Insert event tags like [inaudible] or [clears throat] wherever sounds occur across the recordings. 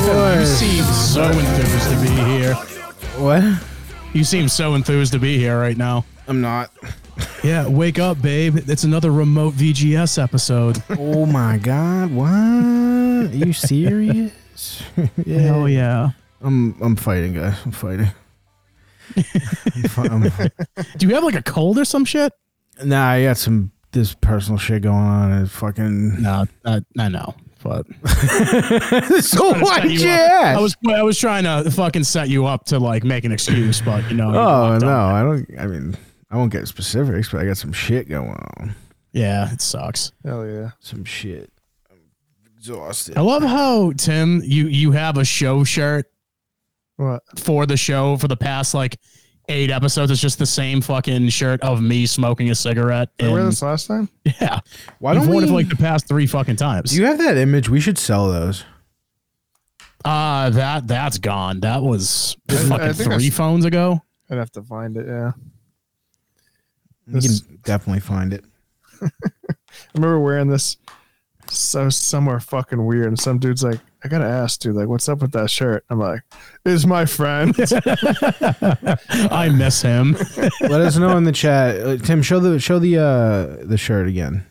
Oh, You seem so enthused to be here right now. I'm not. Yeah, wake up, babe. It's another remote VGS episode. Oh my god! What? Are you serious? yeah. [laughs] Hell yeah. I'm I'm fighting, guys. I'm fighting. I'm fi- I'm- Do you have like a cold or some shit? nah, I got some this personal shit going on. It's fucking. [laughs] No, I, I know, but so why set did you you up. ask? I was I was trying to fucking set you up to like make an excuse, but you know. you oh fucked no, up. I don't. I mean, I won't get specifics, but I got some shit going on. Yeah, it sucks. Hell yeah. Some shit. I'm exhausted. I love how Tim, you you have a show shirt What? for the show for the past like eight episodes. It's just the same fucking shirt of me smoking a cigarette. I wear and- [laughs] this last time? yeah, Why I've don't worn we? it like the past three fucking times. do you have that image? We should sell those. uh that that's gone. That was I- I fucking think I three s- phones ago. I'd have to find it, yeah. We This- can definitely find it. I remember wearing this so somewhere fucking weird, and some dude's like, I gotta ask, dude, like, what's up with that shirt? I'm like, it's [laughs] my friend. [laughs] I miss him. Let us know in the chat. Uh, Tim, show the show the uh the shirt again.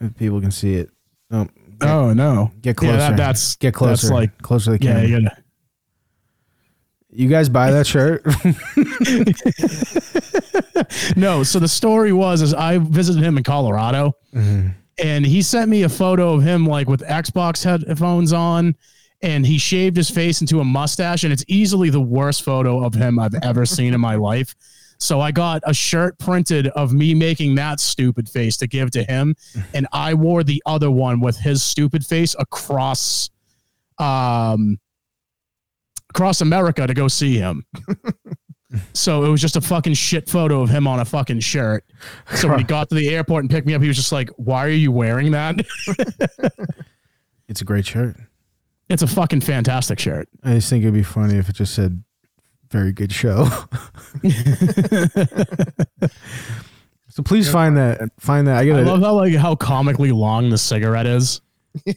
If people can see it. Oh, oh no. get closer. Yeah, that- that's get closer. That's like closer to the yeah, camera. you gotta- You guys buy that shirt? [laughs] [laughs] No, so the story was is I visited him in Colorado and he sent me a photo of him like with Xbox headphones on and he shaved his face into a mustache and it's easily the worst photo of him I've ever seen in my life. So I got a shirt printed of me making that stupid face to give to him and I wore the other one with his stupid face across um across America to go see him. So it was just a fucking shit photo of him on a fucking shirt. So when he got to the airport and picked me up, he was just like, "Why are you wearing that?" [laughs] it's a great shirt. It's a fucking fantastic shirt. I just think it'd be funny if it just said very good show. [laughs] so please find that find that. I I gotta love how like how comically long the cigarette is.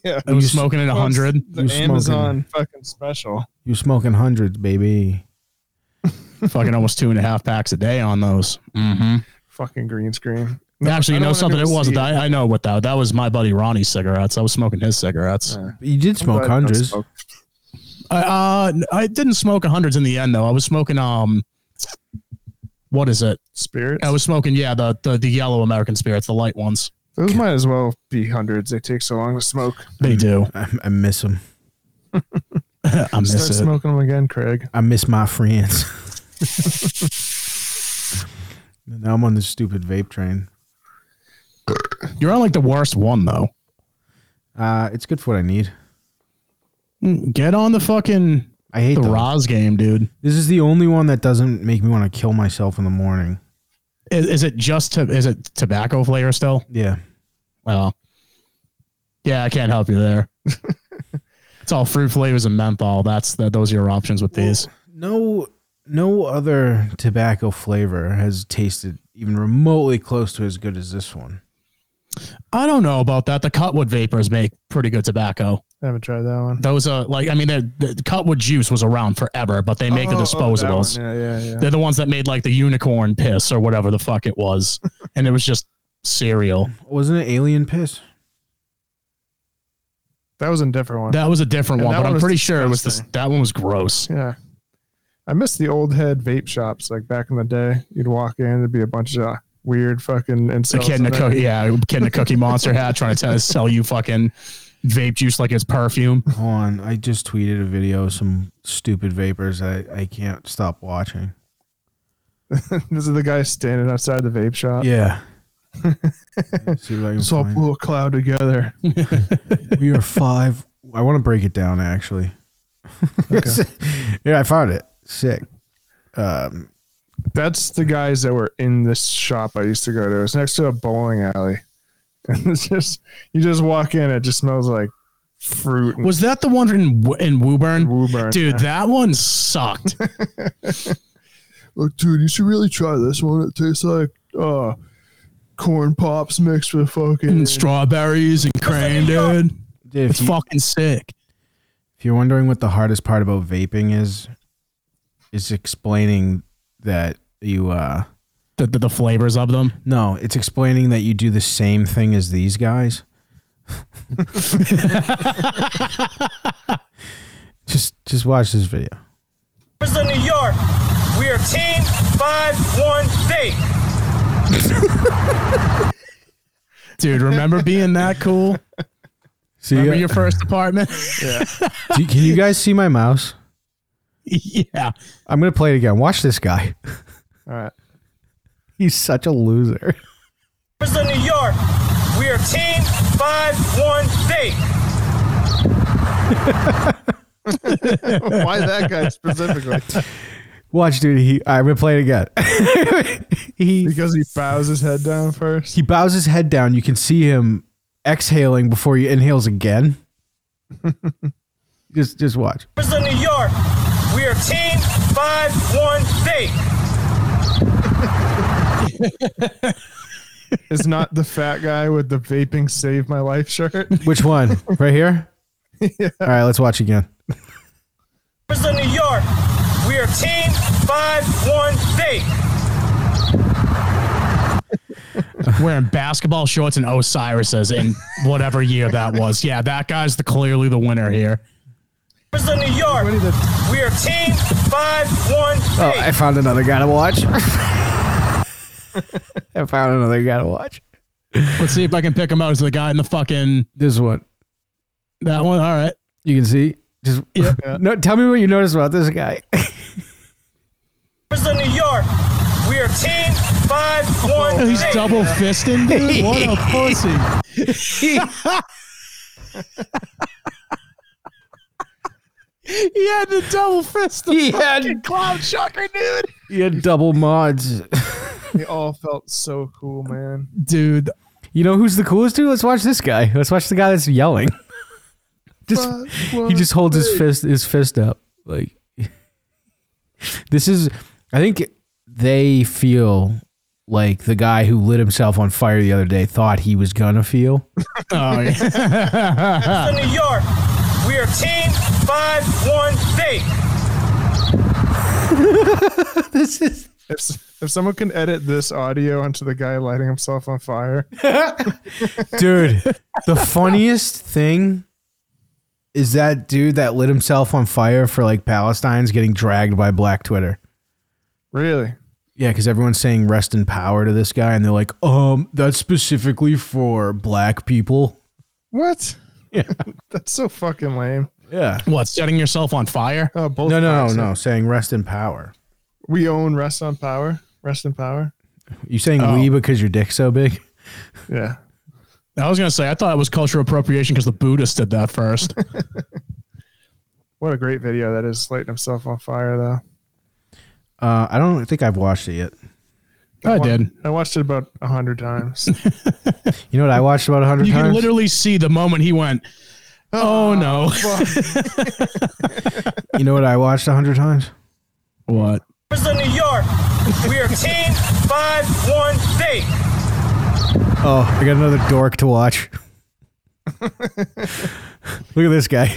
yeah. I was You s- smoking at hundred. [laughs] The You smoking. Amazon fucking special. you smoking hundreds, baby. fucking almost two and a half packs a day on those. Mm-hmm. Fucking green screen. Actually, I you don't know wanna something? go It wasn't. see I, I know what that. That was my buddy Ronnie's cigarettes. I was smoking his cigarettes. Uh, You did I'm smoke glad you don't hundreds. smoke. I, uh, n- I didn't smoke hundreds in the end though. I was smoking um, what is it? Spirits. I was smoking yeah the the, the yellow American spirits, the light ones. Those might as well be hundreds. They take so long to smoke. They [laughs] do. I, I miss them. I Start miss it. smoking them again, Craig. I miss my friends. [laughs] now I'm on this stupid vape train. You're on like the worst one though. Uh, it's good for what I need. Mm, Get on the fucking I hate the those. Roz game, dude. This is the only one that doesn't make me want to kill myself in the morning. Is, is it just to, is it tobacco flavor still? Yeah. Well, yeah, I can't help you [laughs] there. it's all fruit flavors and menthol. That's that. Those are your options with these. No, no other tobacco flavor has tasted even remotely close to as good as this one. I don't know about that. The cutwood vapors make pretty good tobacco. I haven't tried that one. Those are like I mean, they're- the cutwood juice was around forever, but they make Oh, the oh, that one. disposables. yeah, yeah, yeah. They're the ones that made like the unicorn piss or whatever the fuck it [laughs] was, and it was just cereal. Wasn't it alien piss? That was a different one. That was a different And one, that but one I'm was pretty sure it was this. disgusting. That one was gross. Yeah. I miss the old head vape shops. Like back in the day, you'd walk in, there'd be a bunch of weird fucking The insects. kid in the cookie, yeah, the kid in the cookie monster hat trying to [laughs] tell, sell you fucking vape juice like it's perfume. Hold on, I just tweeted a video of some stupid vapors. I I can't stop watching. [laughs] this is the guy standing outside the vape shop. [laughs] Yeah. See what I can Uh, It's all find. blew a cloud together. We are five. I want to break it down actually. [laughs] yeah, I found it. Sick. Um, That's the guys that were in this shop I used to go to. It's next to a bowling alley. [laughs] And it's just, you just walk in, it just smells like fruit and Was that the one in Wo- in Woburn? Woburn. Dude, that one [laughs] sucked. Look, dude, you should really try this one. It tastes like uh, corn pops mixed with fucking And strawberries and crane, dude. It's if, you, fucking sick. if you're wondering what the hardest part about vaping is, is explaining that you uh The, the, the flavors of them. no, it's explaining that you do the same thing as these guys. [laughs] just just watch this video. Clippers of New York. We are team 518. Dude, remember being that cool? See Remember your first apartment? [laughs] do, [laughs] can you guys see my mouse? yeah. I'm gonna play it again. Watch this guy. [laughs] [laughs] All right. [laughs] He's such a loser. Clippers of New York. We are team 518. Why that guy [laughs] specifically? Watch, dude. He I'm gonna play it again. [laughs] he Because he bows his head down first. he bows his head down. You can see him exhaling before he inhales again. [laughs] just just watch. Clippers of New York. We are team 518. Is not the fat guy with the vaping save my [laughs] life shirt. Which one? right [laughs] here? All right, let's watch again. Clippers of New York. We are team 518. Wearing basketball shorts and Osiris's in whatever year that was. Yeah, that guy's the clearly the winner here. Clippers of New York. We are team 518. Oh, I found another guy to watch. [laughs] I found another guy to watch. Let's see if I can pick him out as the guy in the fucking This one. that one. All right. You can see. Just [laughs] no, tell me what you noticed about this guy. [laughs] Clippers of New York. We are team 518. Oh, He's double fisting, [laughs] dude. What a pussy. he had the double fist. he had Cloud shocker, dude. he had double mods. They all felt so cool, man. Dude, You know who's the coolest dude? Let's watch this guy. Let's watch the guy that's yelling. just he just holds his fist his fist up like [laughs] this is I think they feel like the guy who lit himself on fire the other day thought he was gonna feel. Oh, yeah. of New York. We are team 518. this is If, if someone can edit this audio onto the guy lighting himself on fire, dude. The funniest thing is that dude that lit himself on fire for like Palestine's getting dragged by Black Twitter. really, Yeah, because everyone's saying rest in power to this guy, and they're like, um, that's specifically for black people. what? Yeah. [laughs] That's so fucking lame. Yeah. [laughs] What, setting yourself on fire? Oh, both No, no, parts no, are- no. Saying rest in power. We own rest on power. Rest in power. You saying we because your dick's so big? Yeah. I was going to say, I thought it was cultural appropriation because the Buddhists did that [laughs] first. What a great video that is. Lighting himself on fire, though. Uh, I don't think I've watched it yet. I wa- did. I watched it about a [laughs] hundred times. You know what I watched about a hundred You times? can literally see the moment he went, oh, [laughs] no. you know what I watched a hundred times? What? Clippers of New York. We are team 518. Oh, I got another dork to watch. Look at this guy.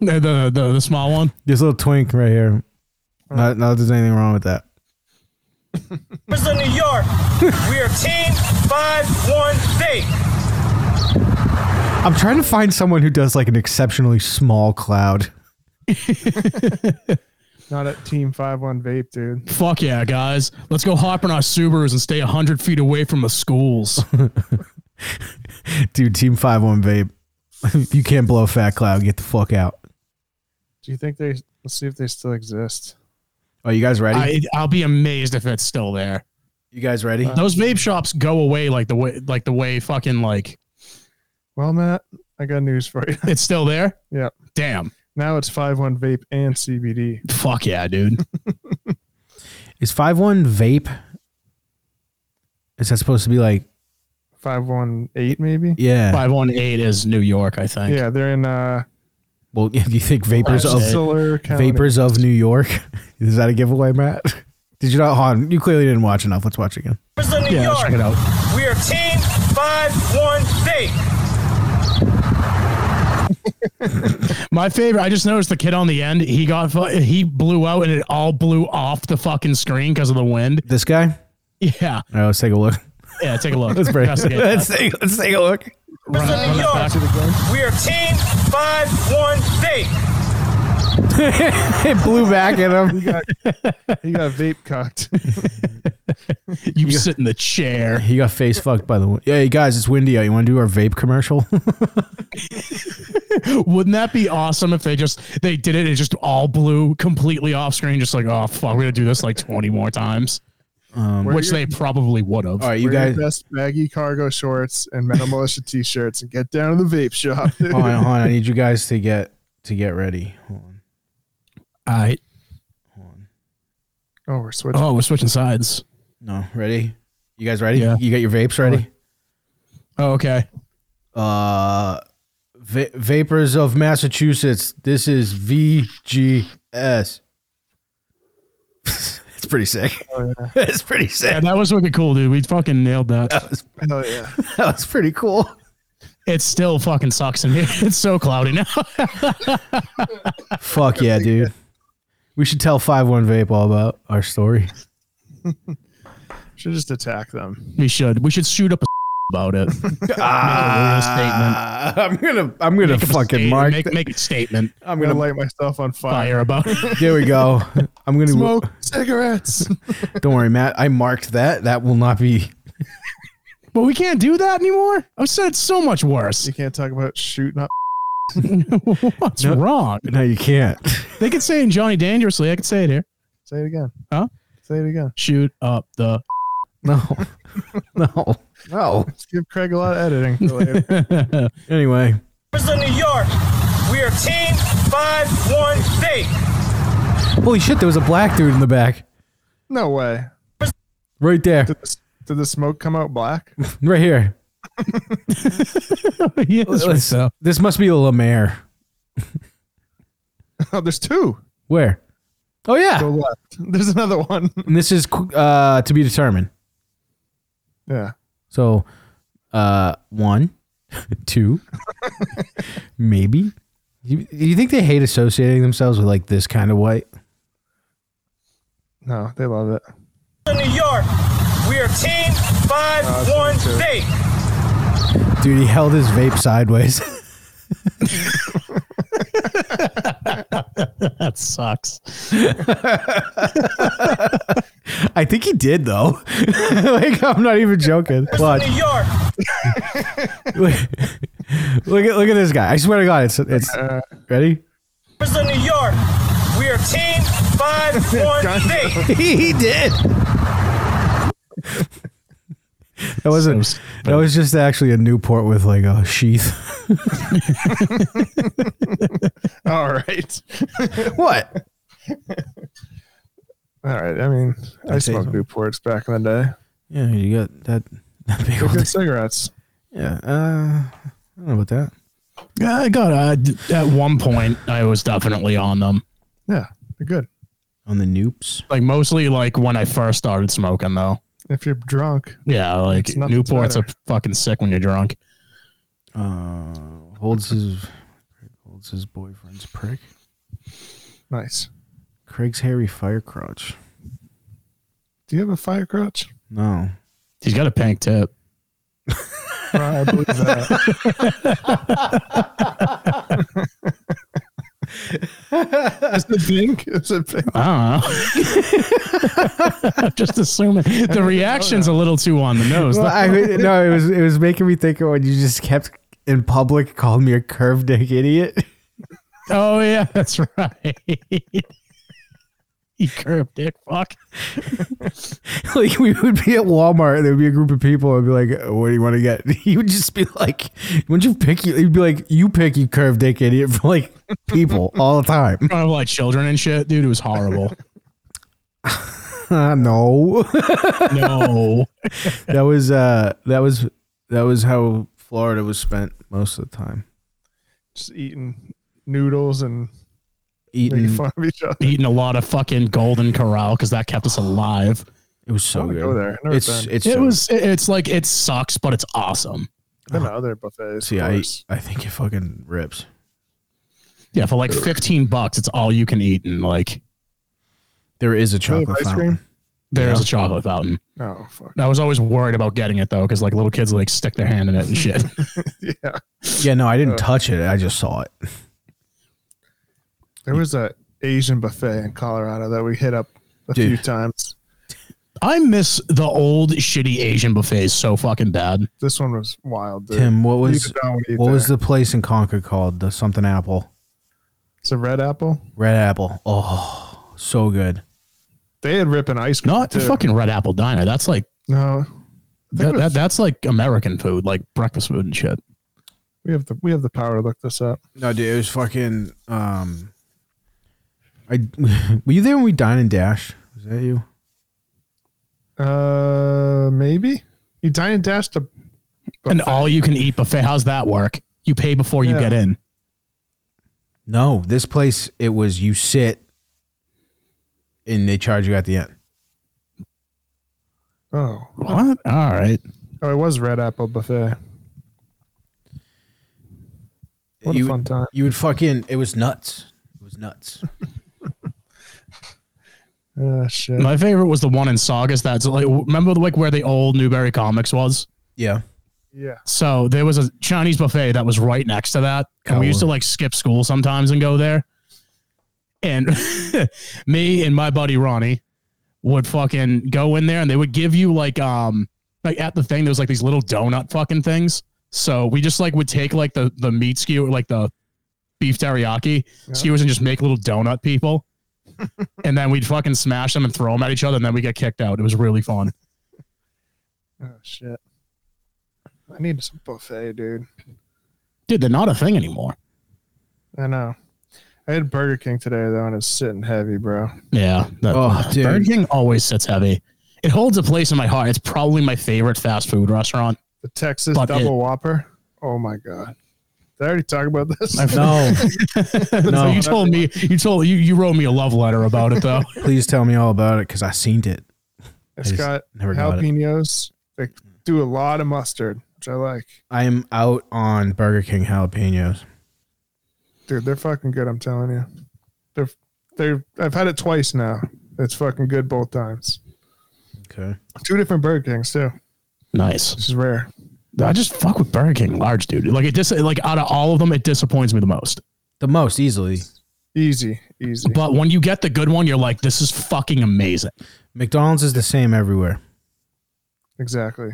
The, the, the, the small one? This little twink right here. Not, not that there's anything wrong with that. Clippers of New York. We are team 518. I'm trying to find someone who does like an exceptionally small cloud. Not at Team Five One Vape, dude. Fuck yeah, guys. Let's go hop in our Subarus and stay 100 feet away from the schools. Dude, Team 5 1 Vape. If [laughs] you can't blow Fat Cloud, get the fuck out. Do you think they? Let's see if they still exist. Are you guys ready? I, I'll be amazed if it's still there. you guys ready? Those vape shops go away like the way, like the way fucking like Well, Matt, I got news for you. [laughs] it's still there. yeah. Damn. Now it's Five One Vape and CBD. Fuck yeah, dude. Is 5 1 Vape? Is that supposed to be like, Five One Eight, maybe. yeah? 518 is New York, I think. Yeah, they're in uh, Well, [laughs] if you think Vapors That's of it. Rensselaer County. Vapors of New York, [laughs] is that a giveaway, Matt? [laughs] Did you not, Han? You clearly didn't watch enough. Let's watch again. Clippers of New Yeah, let's check it York. out. We are team 518. My favorite. I just noticed the kid on the end. He got fu- he blew out, and it all blew off the fucking screen because of the wind. [laughs] This guy? Yeah, All right, let's take a look. [laughs] yeah. Take a look. Let's break. Investigate that. let's, take, let's take a look. [laughs] Run it- run it back. We are team 518. It blew back at him. He got vape [laughs] cocked. You sit in the chair. He got face fucked by the wind. Hey guys, it's windy out. You want to do our vape commercial? [laughs] Wouldn't that be awesome if they just they did it? It just all blew completely off screen. Just like oh fuck, we're gonna do this like twenty more times, Wear which your- they probably would have. Um, All right, you wear your guys. best baggy cargo shorts and Metal Militia t-shirts and get down to the [laughs] vape shop. dude. Hold on, hold [laughs] on. Oh, I need you guys to get to get ready. Hold on. I oh, we're switching. oh, we're switching sides. No, ready? You guys ready? Yeah. You got your vapes ready? Oh, okay. Uh, va- vapors of Massachusetts. This is VGS. [laughs] it's pretty sick. [laughs] it's pretty Oh, Yeah, sick. that was looking cool, dude. We fucking nailed that. Oh. Hell yeah. That was pretty [laughs] cool. It still fucking sucks in here. [laughs] It's so cloudy now. Fuck yeah, dude. We should tell Five One Vape all about our [laughs] story. Should just attack [laughs] them. we should. We should shoot up a [laughs] about it. Ah, [laughs] I'm gonna, I'm gonna Make up a fucking state- mark. Make, th- make a statement. I'm gonna light myself on fire. [laughs] Fire about it. there we go. I'm gonna. Smoke cigarettes. [laughs] Don't worry, Matt. I marked that. That will not be. [laughs] But we can't do that anymore. I've said it's so much worse. [laughs] you can't talk about shooting up. What's wrong? No, you can't. They could say it in Johnny Dangerously. I could say it here. Say it again. Huh? Say it again. Shoot up the. [laughs] [laughs] No, no, no. Let's give Craig a lot of [laughs] editing for later. Anyway, Represent New York. We are team 518. holy shit! There was a black dude in the back, no way. right there, Did the, did the smoke come out black? [laughs] right here. Yes, right Let's- so. This must be a Lemaire. oh, there's two. Where? Oh Go [laughs] yeah. left. There's another one. And this is uh, to be determined. Yeah. So, uh, one, [laughs] two, [laughs] maybe. You, you think they hate associating themselves with like this kind of white? No, they love it. [laughs] Represent New York. We are team 518. Dude, he held his vape sideways. [laughs] [laughs] That sucks. I think he did though. [laughs] like I'm not even joking. Watch. New York. look, look at look at this guy. I swear to God, it's it's Uh, ready. [laughs] Represent New York. We [laughs] are team 518. he did. That wasn't. So that was just actually a Newport with like a sheath. all right. [laughs] what? All right. I mean, I I'd say smoked so. Newports back in the day. Yeah, you got that. That big They're old. [laughs] good cigarettes. Yeah. Uh, I don't know about that. I got uh, d- at one point I was definitely on them. Yeah, they're good. On the noops. Like mostly like when I first started smoking though. If you're drunk, Yeah, like It's nothing Newports better. are fucking sick when you're drunk. Uh, holds his holds his boyfriend's prick. nice. Craig's hairy fire crotch. Do you have a fire crotch? No. He's got a pink tip. I believe that. Is it pink? Is it pink? I don't know. I'm Uh-huh. [laughs] [laughs] just assuming the reaction's a little too on the nose. Well, I mean, no, it was it was making me think of when you just kept in public calling me a curved dick idiot. [laughs] oh yeah, that's right. [laughs] you curved dick fuck. like we would be at Walmart, and there would be a group of people, and I'd be like, "What do you want to get?" [laughs] He would just be like, "Wouldn't you pick?" You? He'd be like, "You pick, you curved dick idiot," [laughs] for like people all the time. [laughs] front of like children and shit, dude. It was horrible. Uh, no, [laughs] no. that was uh, that was that was how Florida was spent most of the time. Just eating noodles and making Eating, fun of [laughs] each other. Eating a lot of fucking golden corral because that kept us alive. it was I so wanna good. go there. Never It's been. it's It [sighs] so- was it- it's like it sucks, but it's awesome. Been to other buffets. See, of I course. I think it fucking rips. Yeah, for like fifteen bucks, it's all you can eat, and like There is a Really, chocolate ice fountain. cream? there's a chocolate fountain. Oh fuck. [laughs] I was always worried about getting it though, because like little kids like stick their hand in it and shit. Yeah. Yeah, no, I didn't touch it. I just saw it. There was a Asian buffet in Colorado that we hit up a Dude. few times. I miss the old shitty Asian buffets so fucking bad. This one was wild, dude. Tim, what You was could not eat what was there. the place in Concord called? The something apple, It's a red apple. red apple. Oh, so good. They had ripping ice cream. Not too. fucking Red Apple Diner. That's like No, that, that, that's like American food, like breakfast food and shit. we have the we have the power to look this up. No, dude, it was fucking. Um, I [laughs] were you there when we dine and dash? Was that you? Uh, maybe you dine and dash to. An all you can eat buffet. How's that work? You pay before you Yeah. get in. No, this place it was you sit, and they charge you at the end. Oh, What? All right. oh, it was red apple buffet. What you, a fun time! You would fucking. It was nuts. It was [laughs] nuts. Oh shit! My favorite was the one in Saugus. That's like remember like where the old Newberry Comics was. yeah. yeah, So there was a Chinese buffet that was right next to that. And we used to like skip school sometimes and go there. And [laughs] me and my buddy Ronnie would fucking go in there and they would give you like um like at the thing there was like these little donut fucking things. So we just like would take like the the meat skewer like the beef teriyaki skewers and just make little donut [laughs] people. and then we'd fucking smash them and throw them at each other and then we get kicked out. It was really fun. oh shit! I need some buffet, dude. Dude, they're not a thing anymore. I know. I had Burger King today though, and it's sitting heavy, bro. Yeah. That, Oh, dude. Burger King always sits heavy. It holds a place in my heart. It's probably my favorite fast [laughs] food restaurant. The Texas But Double it- Whopper. Oh my god! Did I already talk about this? [laughs] No, So you told me you told you you wrote me a love letter about [laughs] it though. please tell me all about it because I seen it. It's just got never got it. jalapenos. They do a lot of mustard, which I like. I am out on Burger King jalapenos. Dude, they're fucking good. I'm telling you, they're they're. I've had it twice now. It's fucking good both times. Okay. Two different Burger Kings too, nice. which is rare. I just fuck with Burger King large, dude. Like it dis- like out of all of them, it disappoints me the most. The most easily. Easy, easy. But when you get the good one, you're like, this is fucking amazing. McDonald's is the same everywhere. exactly.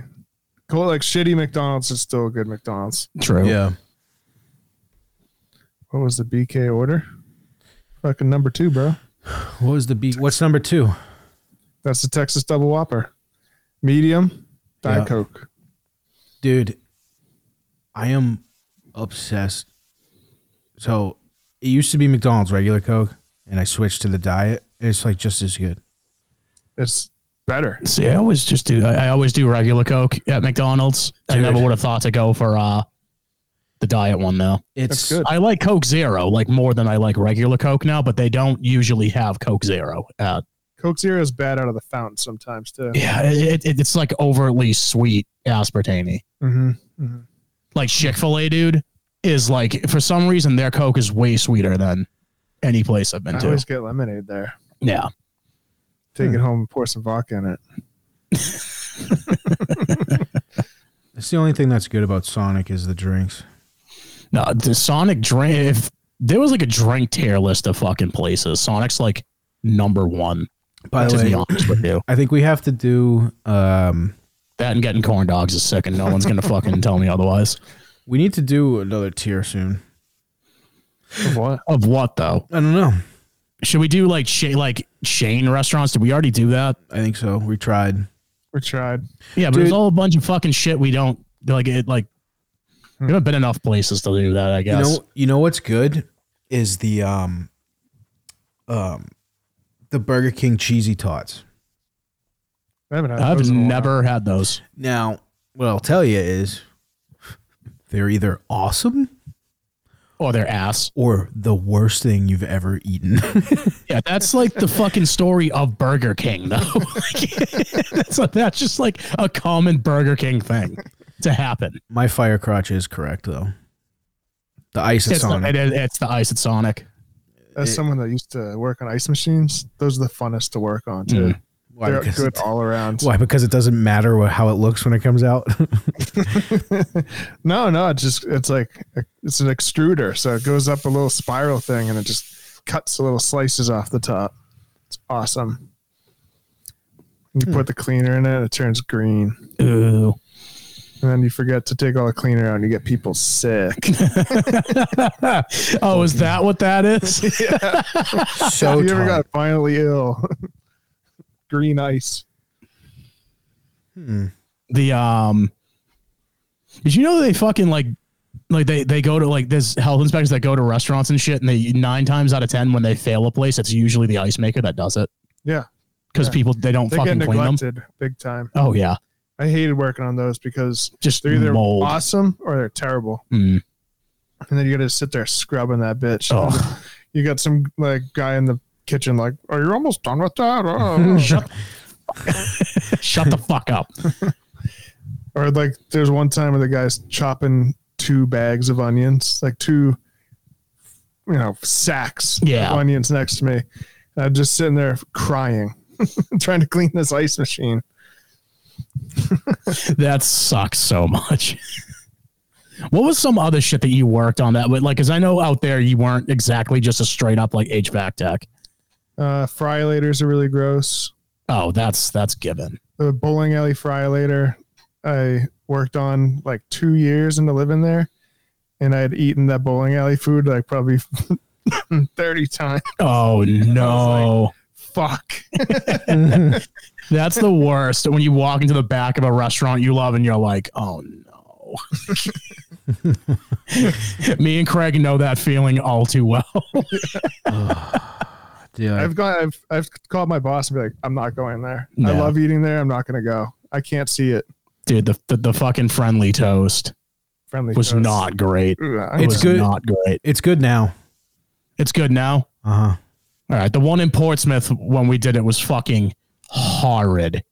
Cool. Like shitty McDonald's is still a good McDonald's. True. Yeah. What was the BK order? Fucking number two, bro. What was the B? What's number two? That's the Texas Double Whopper, medium, Diet Yeah. Coke. Dude, I am obsessed. So it used to be McDonald's regular Coke, and I switched to the diet. and It's like just as good. It's better. See, I always just do I, I always do regular Coke at McDonald's. I Dude. never would have thought to go for uh the diet one though. It's good. I like Coke Zero like more than I like regular Coke now, but they don't usually have Coke Zero at Coke Zero is bad out of the fountain sometimes too. Yeah, it, it, it's like overly sweet aspartame. Mm-hmm. Like Chick Fil A, dude, is like for some reason their Coke is way sweeter than any place I've been I to. always get lemonade there. yeah, Take it home and pour some vodka in it. It's the only thing that's good about Sonic is the drinks. no, the Sonic drink. If there was like a drink tier list of fucking places, Sonic's like number one. By to the be way, honest with you, I think we have to do. Um, that and getting corn dogs is sick, and no one's gonna fucking tell me otherwise. we need to do another tier soon. What? Of what though? I don't know. Should we do like Sha- like chain restaurants? Did we already do that? I think so. We tried. We tried. Yeah, but there's Dude. all a bunch of fucking shit we don't like. It like there haven't been enough places to do that. I Hmm. You guess. know, you know what's good is the um, um, the Burger King cheesy tots. I haven't had I've those in a while. never had those. Now, what I'll tell you is, they're either awesome Or their Oh, ass. or the worst thing you've ever eaten. [laughs] Yeah, that's like the fucking story of Burger King, though. [laughs] Like, that's, that's just like a common Burger King thing to happen. My fire crotch is correct though. The ice is It's, not, on. it is- it's the ice at Sonic. As someone that used to work on ice machines, those are the funnest to work on too. Why? They're Because good it- all around. why? Because it doesn't matter what, how it looks when it comes [laughs] out. No, no, it's just it's like it's an extruder, so it goes up a little spiral thing, and it just cuts little slices off the top. It's awesome. You Hmm. put the cleaner in it, it turns green, Ooh. [laughs] and then you forget to take all the cleaner out, and you get people sick. Oh, is that what [laughs] that is? so you ever tall. got violently ill? [laughs] green ice. the um Did you know they fucking like like they they go to like there's health inspectors that go to restaurants and shit and they 9 times out of 10 when they fail a place it's usually the ice maker that does it Yeah, cuz Yeah. people they don't they get fucking clean them. neglected big time. Oh yeah. I hated working on those because Just they're either mold. awesome or they're terrible, [laughs] Mm. and then you got to sit there scrubbing that bitch. Oh, you got some like guy in the kitchen like are you almost done with that Uh, shut the fuck up. [laughs] or like there's one time where the guy's chopping two bags of onions like two you know sacks Yeah. of onions next to me and i'm just sitting there crying [laughs] trying to clean this ice machine That sucks so much. [laughs] What was some other shit that you worked on that? But like, because I know out there you weren't exactly just a straight up like HVAC tech. uh fryolators are really gross Oh, that's that's given. the bowling alley fryolator I worked on like two years into living there, and I had eaten that bowling alley food like probably [laughs] thirty times. [laughs] Oh no, Fuck. [laughs] that's the worst. When you walk into the back of a restaurant you love and you're like, oh no. [laughs] Me and Craig know that feeling all too well. Yeah. I've got I've I've called my boss and be like, I'm not going there. I No. love eating there. I'm not gonna go. I can't see it. Dude, the, the, the fucking friendly toast Friendly was toast. not great. Ugh, I It's was good. Not great. it's good now. It's good now. Uh [laughs] huh. All right. The one in Portsmouth when we did it was fucking horrid.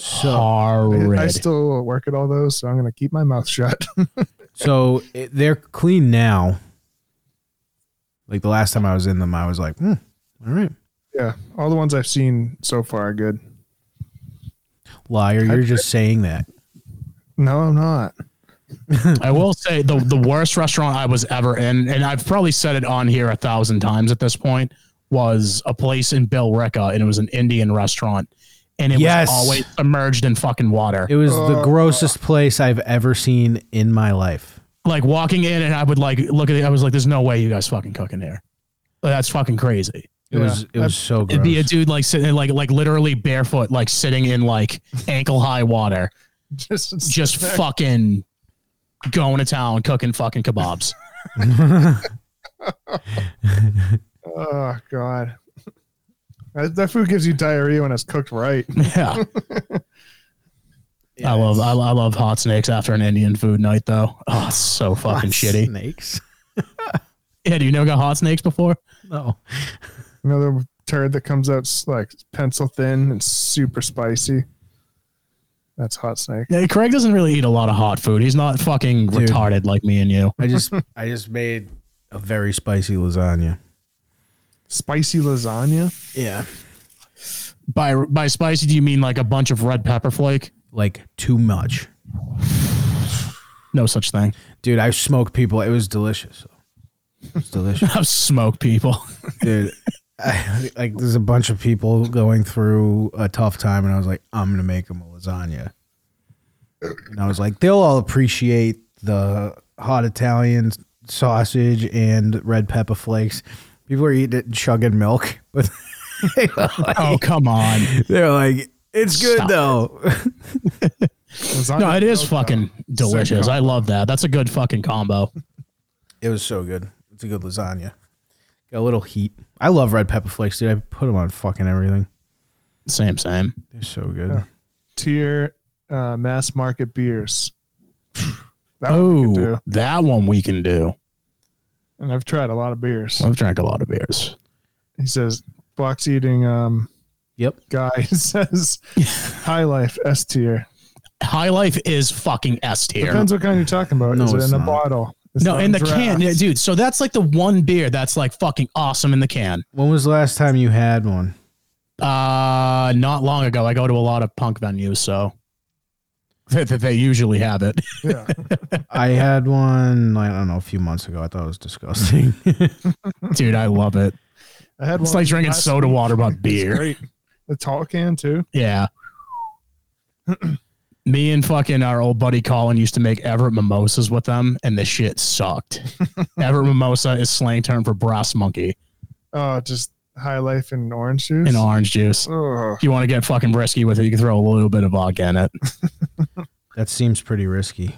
horrid. I, I still work at all those, so I'm gonna keep my mouth [laughs] shut. So it, they're clean now. Like the last time I was in them, I was like, hmm, all right, yeah, all the ones I've seen so far are good. liar, you're just saying that. No, I'm not. [laughs] I will say the, the worst restaurant I was ever in, and I've probably said it on here a thousand times at this point, was a place in Billerica, and it was an Indian restaurant. And it Yes. was always submerged in fucking water. It was the grossest place I've ever seen in my life. like walking in, and I would like look at it. I was like, "There's no way you guys fucking cooking here. Like, That's fucking crazy." It was it was so It'd be a gross. dude like sitting like like literally barefoot, like sitting in like ankle high water, Just, [laughs] [laughs] just fucking going to town cooking fucking kebabs. Oh God, that, that food gives you diarrhea when it's cooked right. Yeah. I [laughs] love I, I love hot snakes after an Indian food night though. Oh, it's so fucking shitty. Snakes. Yeah, do you never got hot snakes before? No. Another turd that comes out s- like pencil thin and super spicy. That's hot snake. Yeah, Craig doesn't really eat a lot of hot food. He's not fucking Dude. retarded like me and you. I just I just made a very spicy lasagna. Spicy lasagna. Yeah. By by spicy, do you mean like a bunch of red pepper flake? Like too much. No such thing. [laughs] Dude, I smoked people. It was delicious. It was delicious. I've smoked people. [laughs] dude. I, like, there's a bunch of people going through a tough time, and I was like, I'm gonna make them a lasagna. And I was like, they'll all appreciate the hot Italian sausage and red pepper flakes. People are eating it and chugging milk, [laughs] but they were like, Oh come [laughs] on! they're like, it's good Stop though. lasagna No, it is fucking delicious. I love that. That's a good fucking combo. It was so good. It's a good lasagna. Got a little heat. I love red pepper flakes, dude. I put them on fucking everything. Same, same. They're so good. tier uh, mass market beers. [sighs] That one we could Oh, do. that one we can do. and I've tried a lot of beers. I've drank a lot of beers. He says box eating um Yep. [laughs] guy [laughs] says high life S tier. High Life is fucking S tier. Depends what kind you're talking about. No, is it it's in a not. bottle? It's no, not in the draft. can, yeah, dude. So that's like the one beer that's like fucking awesome in the can. When was the last time you had one? Uh, not long ago, I go to a lot of punk venues, so [laughs] they, they- they usually have it. [laughs] Yeah. I had one, like, I don't know, a few months ago. I thought it was disgusting. [laughs] dude, I love it. I had It's one like drinking last soda week. water but It's beer. great. The tall can too. [laughs] [clears throat] Yeah. Me and fucking our old buddy Colin used to make Everett mimosas with them, and the shit sucked. [laughs] Everett mimosa is slang term for brass monkey Oh, just high life in orange juice. in orange juice. Oh, If you want to get fucking risky with it, you can throw a little bit of vodka in it. that seems pretty risky.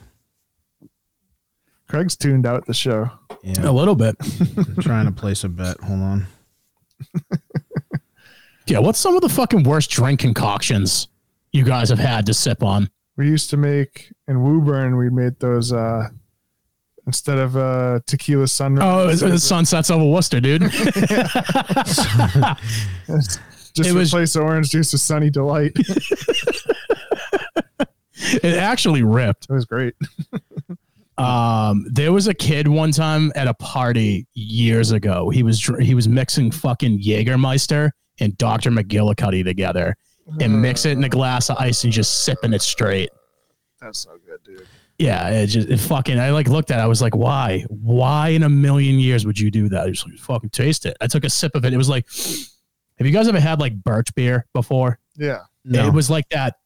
Craig's tuned out the show. A Yeah, little bit. I'm trying to place a bet. Hold on. Yeah, what's some of the fucking worst drink concoctions you guys have had to sip on? We used to make in Woburn. We made those uh, instead of uh, tequila sunrise. Oh, it was, it was sunsets over Worcester, dude. [laughs] just it was- replace the orange juice with [laughs] Sunny Delight. it it actually ripped. was great. Um, there was a kid one time at a party years ago. He was dr- he was mixing fucking Jägermeister and Dr. McGillicuddy together Uh, and mix it in a glass of ice and just sipping it straight. That's so good, dude. Yeah, it just it fucking. I like looked at. it. I was like, why? Why in a million years would you do that? I just like, fucking taste it. I took a sip of it. It was like, have you guys ever had like birch beer before? Yeah, No. It was like that.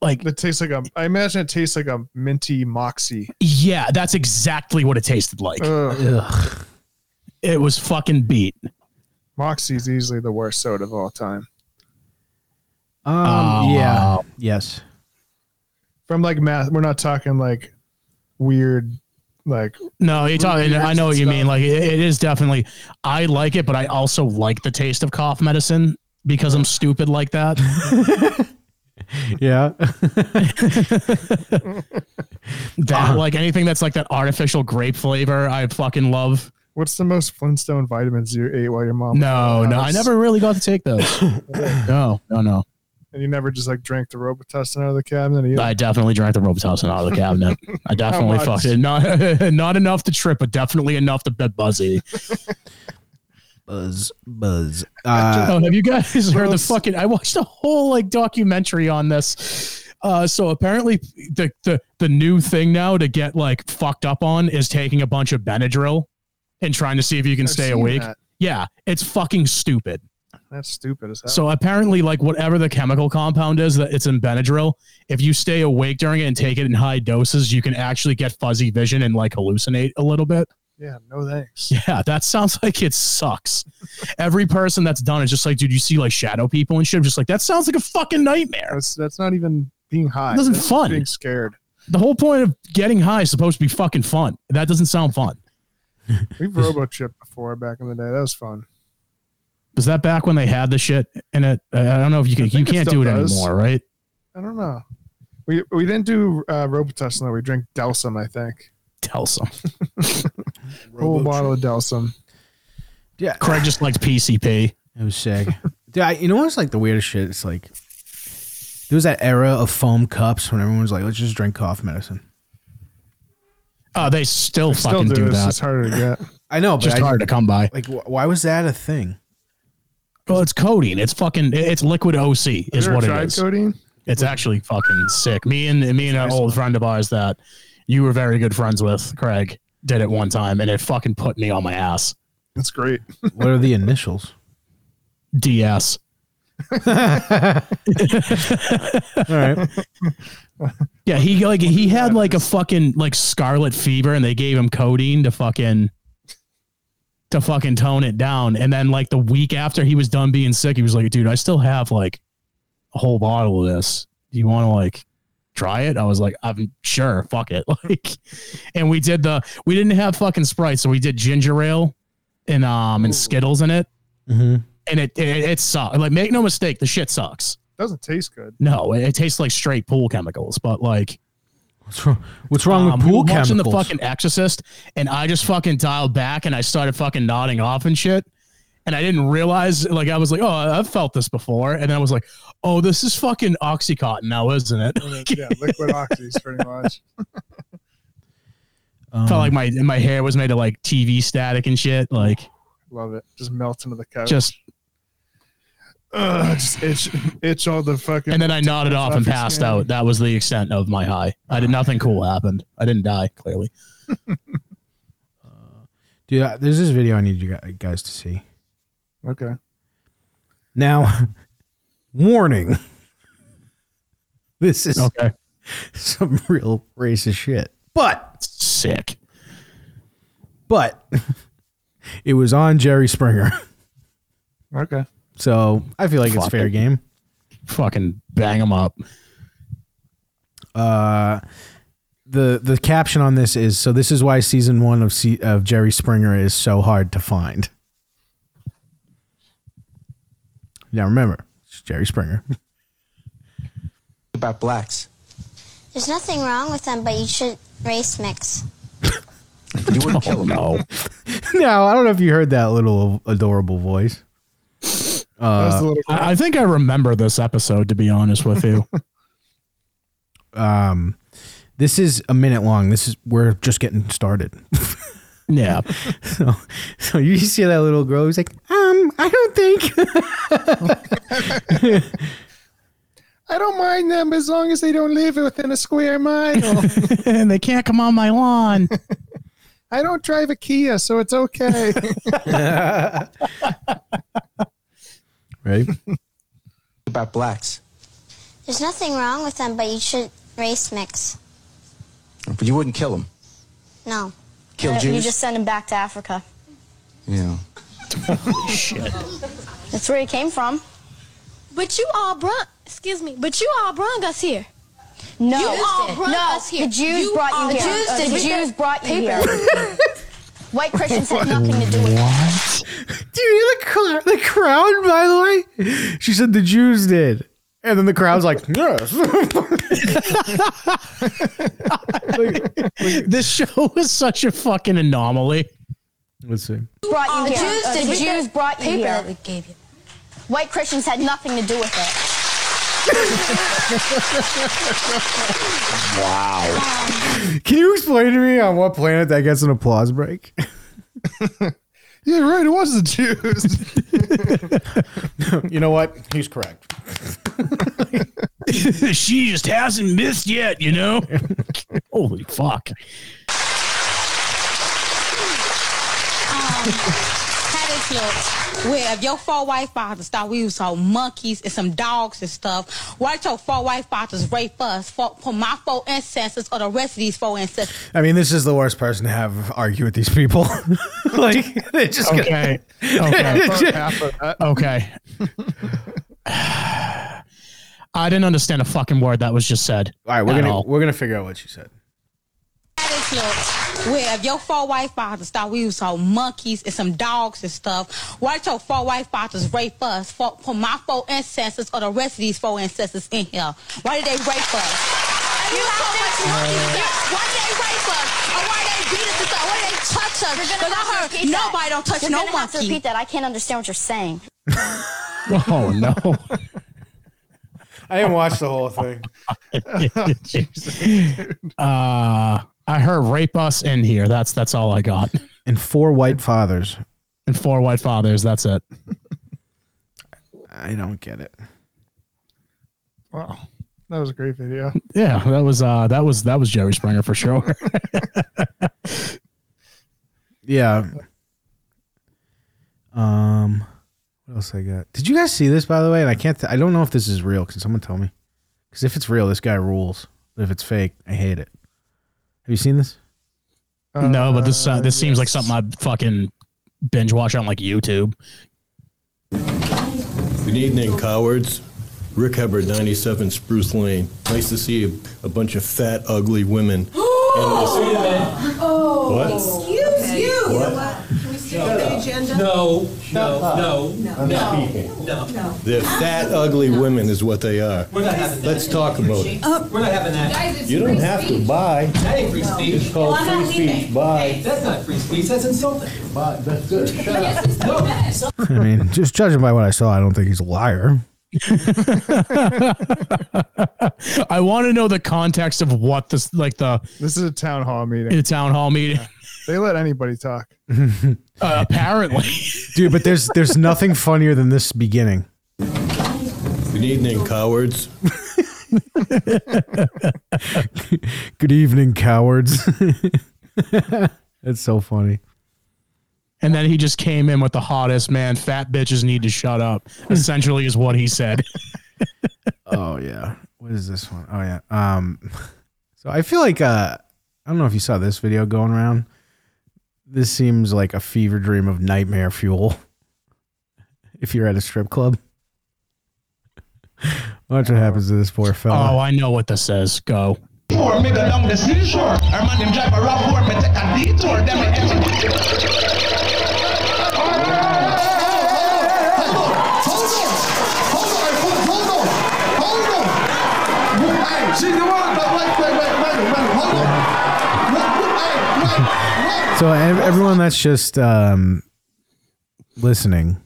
Like it tastes like a. I imagine it tastes like a minty moxie. yeah, that's exactly what it tasted like. Ugh. Ugh. It was fucking beat. Moxie's easily the worst soda of all time. Um, Oh. yeah. Yes. From like math, we're not talking like weird, like No, you're talking. beers I know what and you stuff. mean. Like it, it is definitely. I like it, but I also like the taste of cough medicine because I'm stupid like that. Yeah. [laughs] That like anything that's like that artificial grape flavor, I fucking love. what's the most Flintstone vitamins you ate while your mom? was No, in the no, I house? never really got to take those. [laughs] no, no, no. And you never just like drank the Robitussin out of the cabinet. either? I definitely drank the Robitussin out of [laughs] the cabinet. I definitely much? fucked it. Not [laughs] not enough to trip, but definitely enough to bet [laughs] buzzy. buzz. Buzz. Uh, oh, have you guys heard the gross. fucking? I watched a whole like documentary on this. Uh, so apparently, the, the the new thing now to get like fucked up on is taking a bunch of Benadryl and trying to see if you can I've stay seen awake. that. Yeah, it's fucking stupid. That's stupid as hell. So apparently, like whatever the chemical compound is that it's in Benadryl, if you stay awake during it and take it in high doses, you can actually get fuzzy vision and like hallucinate a little bit. yeah, no thanks. Yeah, that sounds [laughs] like it sucks. Every person that's done it, just like, dude, you see like shadow people and shit. I'm just like, that sounds like a fucking nightmare. That's that's not even being high. Doesn't That's just fun. Being scared. The whole point of getting high is supposed to be fucking fun. That doesn't sound fun. We've robo tripped before back in the day. That was fun. Was that back when they had the shit in it? I I don't know if you I can. You think it can't still do it does. anymore, right? I don't know. We we didn't do uh, Robitussin though. We drank Delsum, I think. Tell some. Whole bottle of Delsum. yeah. Craig just likes PCP. It was sick. Dude, I, you know what's like the weirdest shit? It's like there was that era of foam cups when everyone was like, let's just drink cough medicine. Oh, they still Still fucking do, do this. that. It's harder to [laughs] get. I know, but Just I, hard to come by. like, wh- why was that a thing? Well, it's codeine. It's fucking. It's liquid OC is Ever what it tried is. Codeine? It's actually fucking sick. Me and me and an old friend of ours that you were very good friends with, Craig, did it one time, and it fucking put me on my ass. It's great. What are the [laughs] initials? [laughs] DS. All right. Yeah, he like he had like a fucking like scarlet fever, and they gave him codeine to fucking to fucking tone it down. And then like the week after he was done being sick, he was like, "Dude, I still have like a whole bottle of this. Do you want to like try it?" I was like, "I'm sure, fuck it." [laughs] Like, and we did the we didn't have fucking Sprite, so we did ginger ale and um and Skittles in it, hmm and it it, it sucks. Like, make no mistake, the shit sucks. Doesn't taste good. No, it, it tastes like straight pool chemicals, but like. What's wrong, what's wrong Um, with we pool were watching chemicals? the fucking Exorcist, and I just fucking dialed back and I started fucking nodding off and shit. And I didn't realize, like, I was like, oh, I've felt this before. And then I was like, oh, this is fucking [laughs] Oxycontin now, isn't it? Yeah, liquid oxys pretty much. Um, Felt like my my hair was made of like TV static and shit. Like Love it. Just melt into the couch. just Ugh, just itch, itch all the fucking. and then I nodded off and passed out. That was the extent of my high. I did nothing cool happened. I didn't die clearly. Dude, I- there's this video I need you gu- guys to see. Okay. Now, [laughs] warning. [laughs] This is Okay, [laughs] some real racist shit. But, sick. but, [laughs] it was on Jerry Springer. [laughs] Okay. So I feel like it's Fuck. fair game. Fucking bang them up. Uh, the the caption on this is so this is why season one of Se- of Jerry Springer is so hard to find. Now remember, it's Jerry Springer. [laughs] about blacks. There's nothing wrong with them, but you should race mix. You wouldn't [laughs] kill Oh them. no, now I don't know if you heard that little adorable voice. that was the little. Uh, I, I think I remember this episode. To be honest with [laughs] you, Um, this is a minute long. This is we're just getting started. [laughs] yeah. so, so you see that little girl who's like, um, I don't think. [laughs] I don't mind them as long as they don't live within a [laughs] square mile. and they can't come on my lawn. I don't drive a Kia, so [laughs] it's okay. right. About blacks. There's nothing wrong with them, but you should race mix. But you wouldn't kill them. No. Kill Jews. Uh, You just send him back to Africa. yeah. That's where he came from. But you all brung, excuse me, but you all brung us here. No, You all brought no, us here. the Jews You brought all you here. brought us the here. Jews brought you here. [laughs] White Christians had nothing to do with it. Do you hear the, cl- the crowd, by the way? She said the Jews did. And then the crowd's like, [laughs] yes. This show was such a fucking anomaly. Let's see. Brought you The here. Jews Uh, did the it. Jews brought you Paper here. that we gave you. White Christians had nothing to do with it. Can you explain to me on what planet that gets an applause break? [laughs] yeah, right. It was the [laughs] Jews. you know what? He's correct. [laughs] she just hasn't missed yet, you know? [laughs] Holy fuck. Well, if your four white fathers thought we was all monkeys and some dogs and stuff, why did your four white fathers rape us for, for my four ancestors or the rest of these four ancestors? I mean, this is the worst person to have argue with these people. [laughs] like, they're just gonna- Okay. Okay. Half of that. Okay. I didn't understand a fucking word that was just said. All right, we're At gonna all. we're gonna figure out what she said. Well, if your four white fathers thought we was all monkeys and some dogs and stuff, why did your four white fathers rape us for, for my four ancestors or the rest of these four ancestors in here? Why did they rape us? You have this Why did they rape us? Or why did they beat us and stuff? Why did they touch us? Because I heard nobody don't touch You're no gonna have to monkey. repeat that. I can't understand what you're saying. [laughs] Oh no. I didn't watch the whole thing. [laughs] Uh I heard rape us in here. That's that's all I got. And four white fathers. And four white fathers, that's it. I don't get it. Wow. That was a great video. Yeah, that was uh that was that was Jerry Springer for sure. [laughs] Yeah. Um, what else I got? Did you guys see this by the way? And I can't. Th- I don't know if this is real. Can someone tell me? Because if it's real, this guy rules. But if it's fake, I hate it. Have you seen this? no, but this uh, this seems like yes. something I'd fucking binge watch on like YouTube. Good evening, cowards. Rick Hubbard, 97 Spruce Lane. Nice to see a, a bunch of fat, ugly women. oh, what? Excuse you. What? Can we skip the agenda? No, no, no, no, no. They're fat, ugly women is what they are. We're not having Uh, Let's talk about it. We're not having that. Guys, it's You don't free have to speech. buy. That ain't free speech. It's called free speech. Buy. That's not free speech. That's insulting. Buy. That's it. Shut up. No. I mean, just judging by what I saw, I don't think he's a liar. I want to know the context of what this, like the. This is a town hall meeting. A town hall meeting. They let anybody talk. [laughs] Uh, apparently. Dude, but there's there's nothing funnier than this beginning. Good evening, cowards. Good evening, cowards. [laughs] That's so funny. And then he just came in with the hottest man. Fat bitches need to shut up. Essentially, is what he said. Oh yeah. What is this one? Oh yeah. Um [laughs] so I feel like uh I don't know if you saw this video going around. This seems like a fever dream of nightmare fuel. [laughs] If you're at a strip club. [laughs] Watch what happens to this poor Oh, fella. I know what this is. Go. Or maybe along the city shore. Or man, them drive a rough road, me take a detour, then me execute. Oh, So ev- everyone that's just um listening.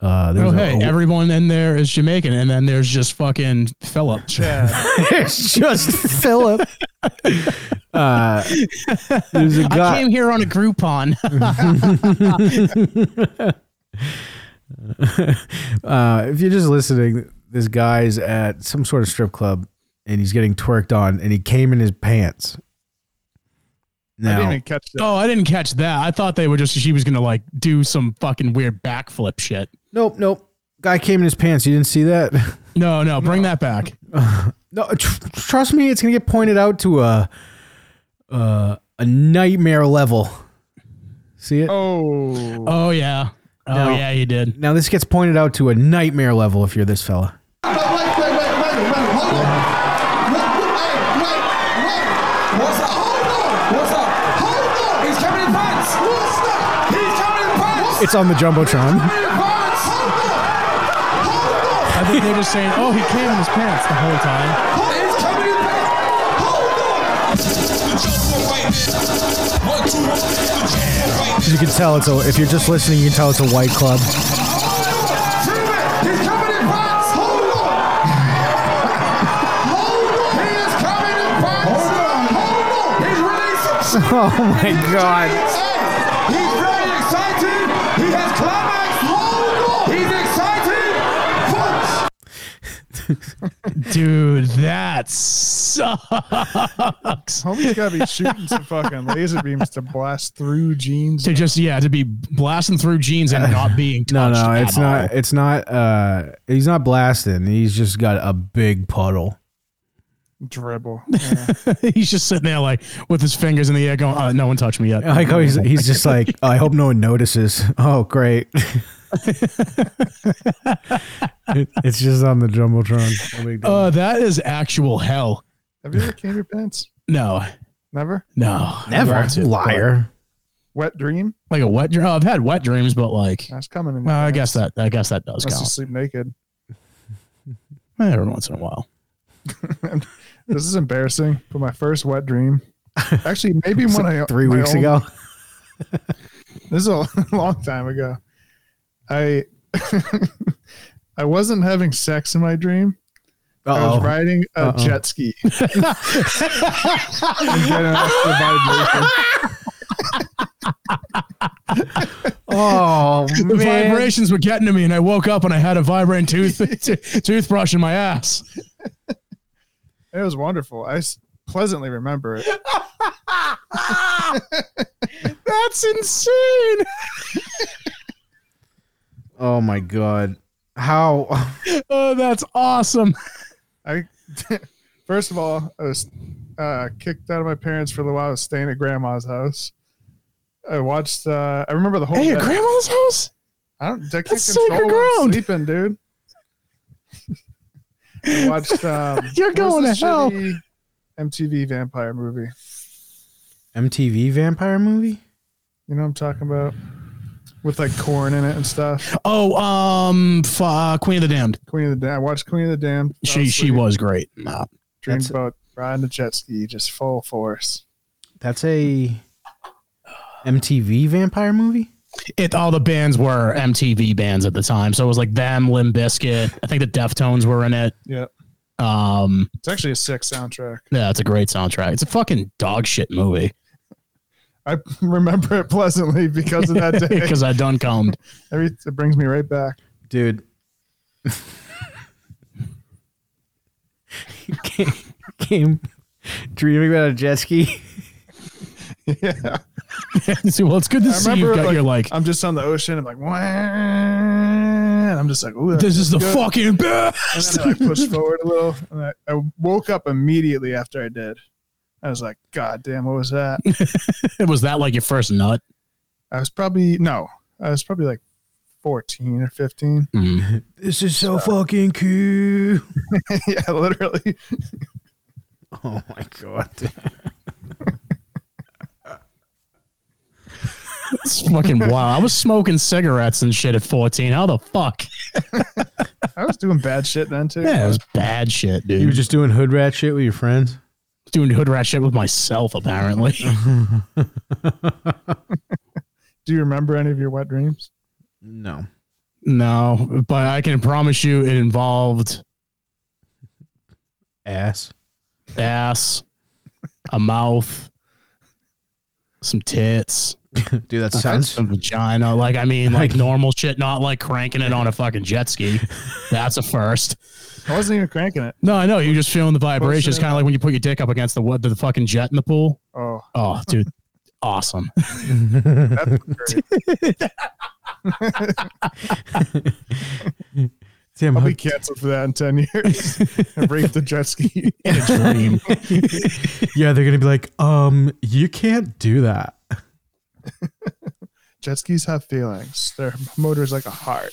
Uh there's Oh, a- hey, [laughs] a- everyone in there is Jamaican, and then there's just fucking Philip. There's just [laughs] Philip. Uh, there's a I guy. came here on a [laughs] Groupon. uh, if you're just listening, this guy's at some sort of strip club and he's getting twerked on, and he came in his pants. Now, catch that. Oh, I didn't catch that. I thought they were just she was gonna like do some fucking weird backflip shit. nope, nope. Guy came in his pants. You didn't see that? [laughs] No, no. Bring that back. No, tr- trust me, it's gonna get pointed out to a uh, a nightmare level. See it? Oh, Oh yeah. Oh Now- yeah, you did. Now this gets pointed out to a nightmare level if you're this fella. It's on the jumbotron. I think they were saying, "Oh, he came in his pants the whole time." As you can tell, it's a. If you're just listening, you can tell it's a white club. [laughs] Oh my god! He's very excited. He has climax. He's excited. Dude, that sucks. Homie's gotta be shooting some fucking laser beams to blast through jeans. To just yeah, to be blasting through jeans and not being [laughs] touched. No, no, at it's not. all. It's not. uh He's not blasting. He's just got a big puddle. [laughs] Dribble. [laughs] he's just sitting there like with his fingers in the air, going, uh, "No one touched me yet." I like how he's he's just [laughs] like, "Oh, I hope no one notices. [laughs] Oh, great. It- it's just on the [laughs] jumbotron. No big deal. Uh, that is actual hell. Have you ever came in your pants? No, Never. no, I Never, want to, liar. Wet dream. but- Like a wet dream. Oh, I've had wet dreams, but like, Uh, That's coming in. well, I guess that I guess that does Unless count you Eh, sleep naked. every once in a while. This is embarrassing. But my first [laughs] wet dream. Actually, maybe when I Three my weeks own- [laughs] ago. This is a [laughs] long time ago. I [laughs] I wasn't having sex in my dream. I Uh was riding a Uh-oh. jet ski. And getting off the vibration. [laughs] [laughs] oh. Oh The man. vibrations were getting to me, and I woke up and I had a vibrating tooth [laughs] toothbrush in my ass. It was wonderful. I s- pleasantly remember it. That's insane. Oh my god. How? [laughs] Oh, that's awesome. I [laughs] first of all, I was uh, kicked out of my parents for a little while. I was staying at grandma's house. I watched. Uh, I remember the Oh, whole. Hey, your day. grandma's house. I don't. I can't That's control sacred what I'm ground. Sleeping, dude. [laughs] I watched. Um, You're what was going the to hell. shitty MTV vampire movie. MTV vampire movie? You know what I'm talking about? With like corn in it and stuff. Oh, um, f- uh, Queen of the Damned. Oh, Queen of the Dam. I watched Queen of the Dam. She she was great. Uh, Nah. dreamed That's- about riding the jet ski just full force. That's a MTV vampire movie? it all the bands were MTV bands at the time, so it was like them, Limp Bizkit. I think the Deftones were in it. Yeah. Um, It's actually a sick soundtrack. yeah, it's a great soundtrack. It's a fucking dog shit movie I [laughs] remember it pleasantly because [laughs] of that day. because I done combed. [laughs] Every, it brings me right back. [laughs] Dude. came, came dreaming about a jet ski. Yeah. See, well, it's good to I see you've remember got like, your like. I'm just on the ocean. I'm like, "Wah," and I'm just like, ooh, that This feels is the good." fucking [laughs] best. And then I like, pushed forward a little. And I, I woke up immediately after I did. I was like, God damn, what was [laughs] that? was that like your first nut? I was probably no, I was probably like 14 or 15. Hmm. This is so fucking cool. [laughs] yeah, literally. Oh my god. It's [laughs] fucking wild. I was smoking cigarettes and shit at 14. How the fuck? I was doing bad shit then too. Yeah, it was bad shit, dude. You were just doing hood rat shit with your friends? doing hood rat shit with myself, apparently. [laughs] Do you remember any of your wet dreams? No. no, but I can promise you it involved Ass. ass, a mouth, some tits. Dude, that sounds some vagina. Like I [laughs] mean, like normal shit, not like cranking it on a fucking jet ski. That's a first. I wasn't even cranking it. No, I know you're just feeling the vibrations, shit. kind of like when you put your dick up against the what the fucking jet in the pool. Oh, Oh, dude, awesome. that's great. Damn, I'll how- be canceled for that in 10 [laughs] years. [laughs] I raped the jet ski. Dream. yeah, they're gonna be like, um, you can't do that. Jet skis have feelings. Their motor is like a heart.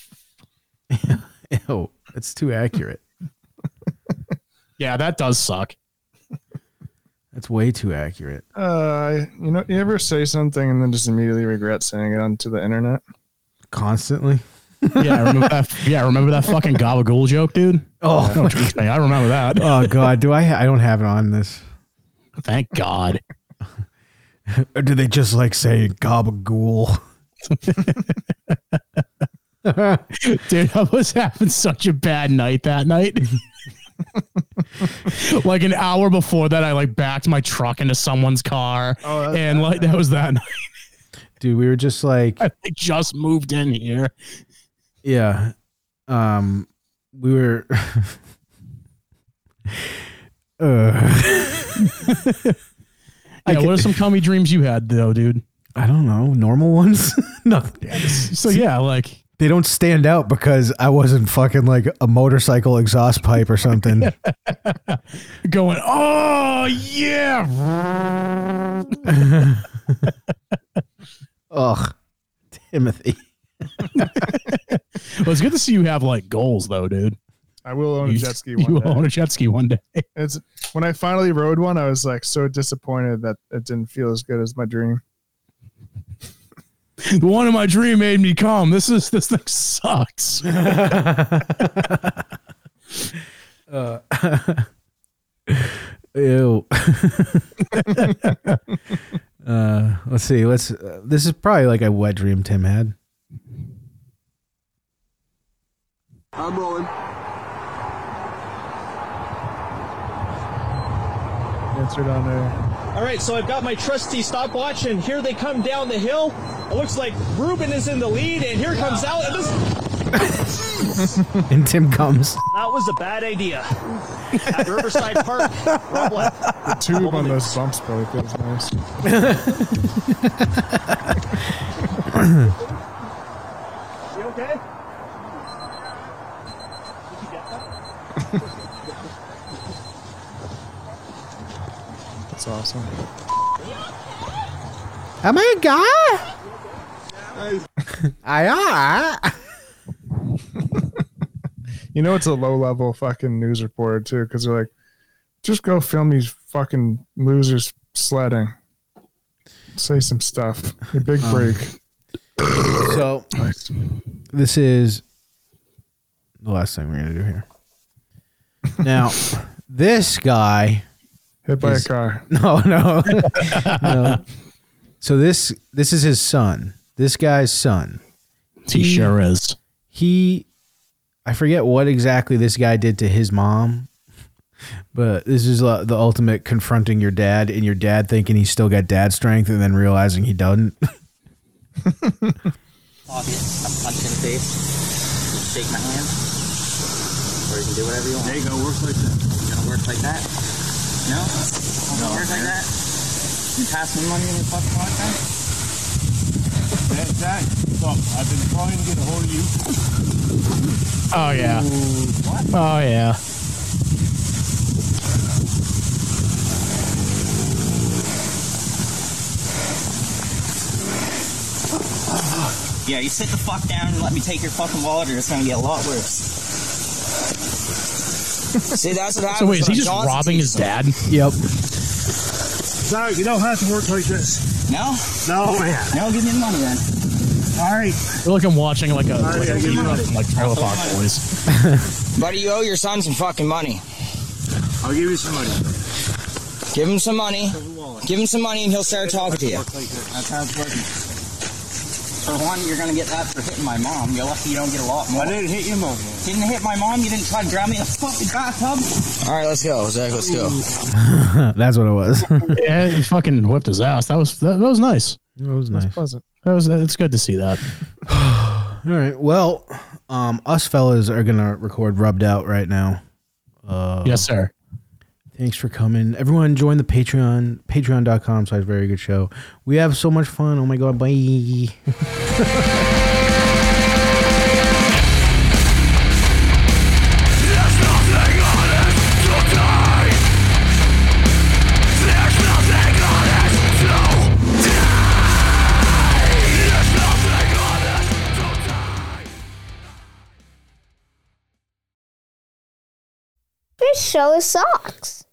Ew, it's too accurate. Yeah, that does suck. That's way too accurate. Uh, you know, you ever say something and then just immediately regret saying it onto the internet? Constantly. Yeah, I remember that. Yeah, I remember that fucking gabagool joke, dude. Oh. Don't jinx me. I remember that. Oh god, do I ha- I don't have it on this. Thank God. Or do they just like say gabagool? Dude, I was having such a bad night that night. [laughs] like an hour before that, I like backed my truck into someone's car, Oh, that's and like that was that night. [laughs] Dude, we were just like I like, just moved in here. Yeah. Um we were [laughs] uh, I Yeah, what are some cummy dreams you had though, dude? I don't know, normal ones? [laughs] Nothing. So yeah, like They don't stand out because I wasn't fucking like a motorcycle exhaust pipe or something. going, oh yeah. [laughs] Ugh. Timothy. Well, it's good to see you have like goals though, dude. I will own a you jet ski [laughs] one you day. own a jet ski one day. It's when I finally rode one, I was like so disappointed that it didn't feel as good as my dream. The one in my dream made me calm. This is this thing sucks. Ew. [laughs] uh, let's see. Let's. Uh, this is probably like a wet dream Tim had. I'm rolling. Answered on there. [laughs] All right, so I've got my trusty stopwatch, and here they come down the hill. It looks like Ruben is in the lead, and here comes out. And this, And Tim comes. that was a bad idea. At Riverside [laughs] Park, Rob left. The tube on those bumps probably feels nice. You okay? That's awesome. Am I a guy? [laughs] I are. You know, it's a low level fucking news reporter too, because they're like, just go film these fucking losers sledding. Say some stuff. A big Um, break. So this is the last thing we're gonna do here. Now, this guy. [laughs] Hit by a is- car. [laughs] No, no, no. So this this is his son, this guy's son. He sure is. He, I forget what exactly this guy did to his mom, but this is uh, the ultimate confronting your dad and your dad thinking he's still got dad strength and then realizing he doesn't. [laughs] Obvious. I punch in the face. Shake my hand. Or you can do whatever you want. There you go. Works like that. It's gonna work like that. No. It's gonna work like that. You pass me money in the fucking like that. Hey, Zach, look, I've been trying to get a hold of you. Oh yeah. Oh yeah. Yeah, you sit the fuck down and let me take your fucking wallet, or it's gonna get a lot [laughs] worse. See, that's what happens. So wait, is he when just dogs robbing do his something. dad? Yep. Sorry, you don't have to work like this. No? No, man. No, give me the money then. All right. Like I'm watching like a All right, like, a yeah, give me rerun of, like Trailer Park Boys. Buddy, you owe your son some fucking money. I'll give you some money. Give him some money. Give him some money and he'll start talking to you. That's how it's working. For one, you're gonna get that for hitting my mom. You're lucky you don't get a lot more. I didn't hit your mom. Didn't hit my mom? You didn't try to drown me in a fucking bathtub? Alright, let's go, Zach, let's go. That's what it was. [laughs] yeah, he fucking whipped his ass. That was that, that was nice. That was nice. pleasant. That was it's good to see that. All right. Well, um, us fellas are gonna record rubbed out right now. Uh, Yes, sir. Thanks for coming. Everyone join the Patreon, patreon.com slash very good show. We have so much fun. Oh my god, bye. This show is socks.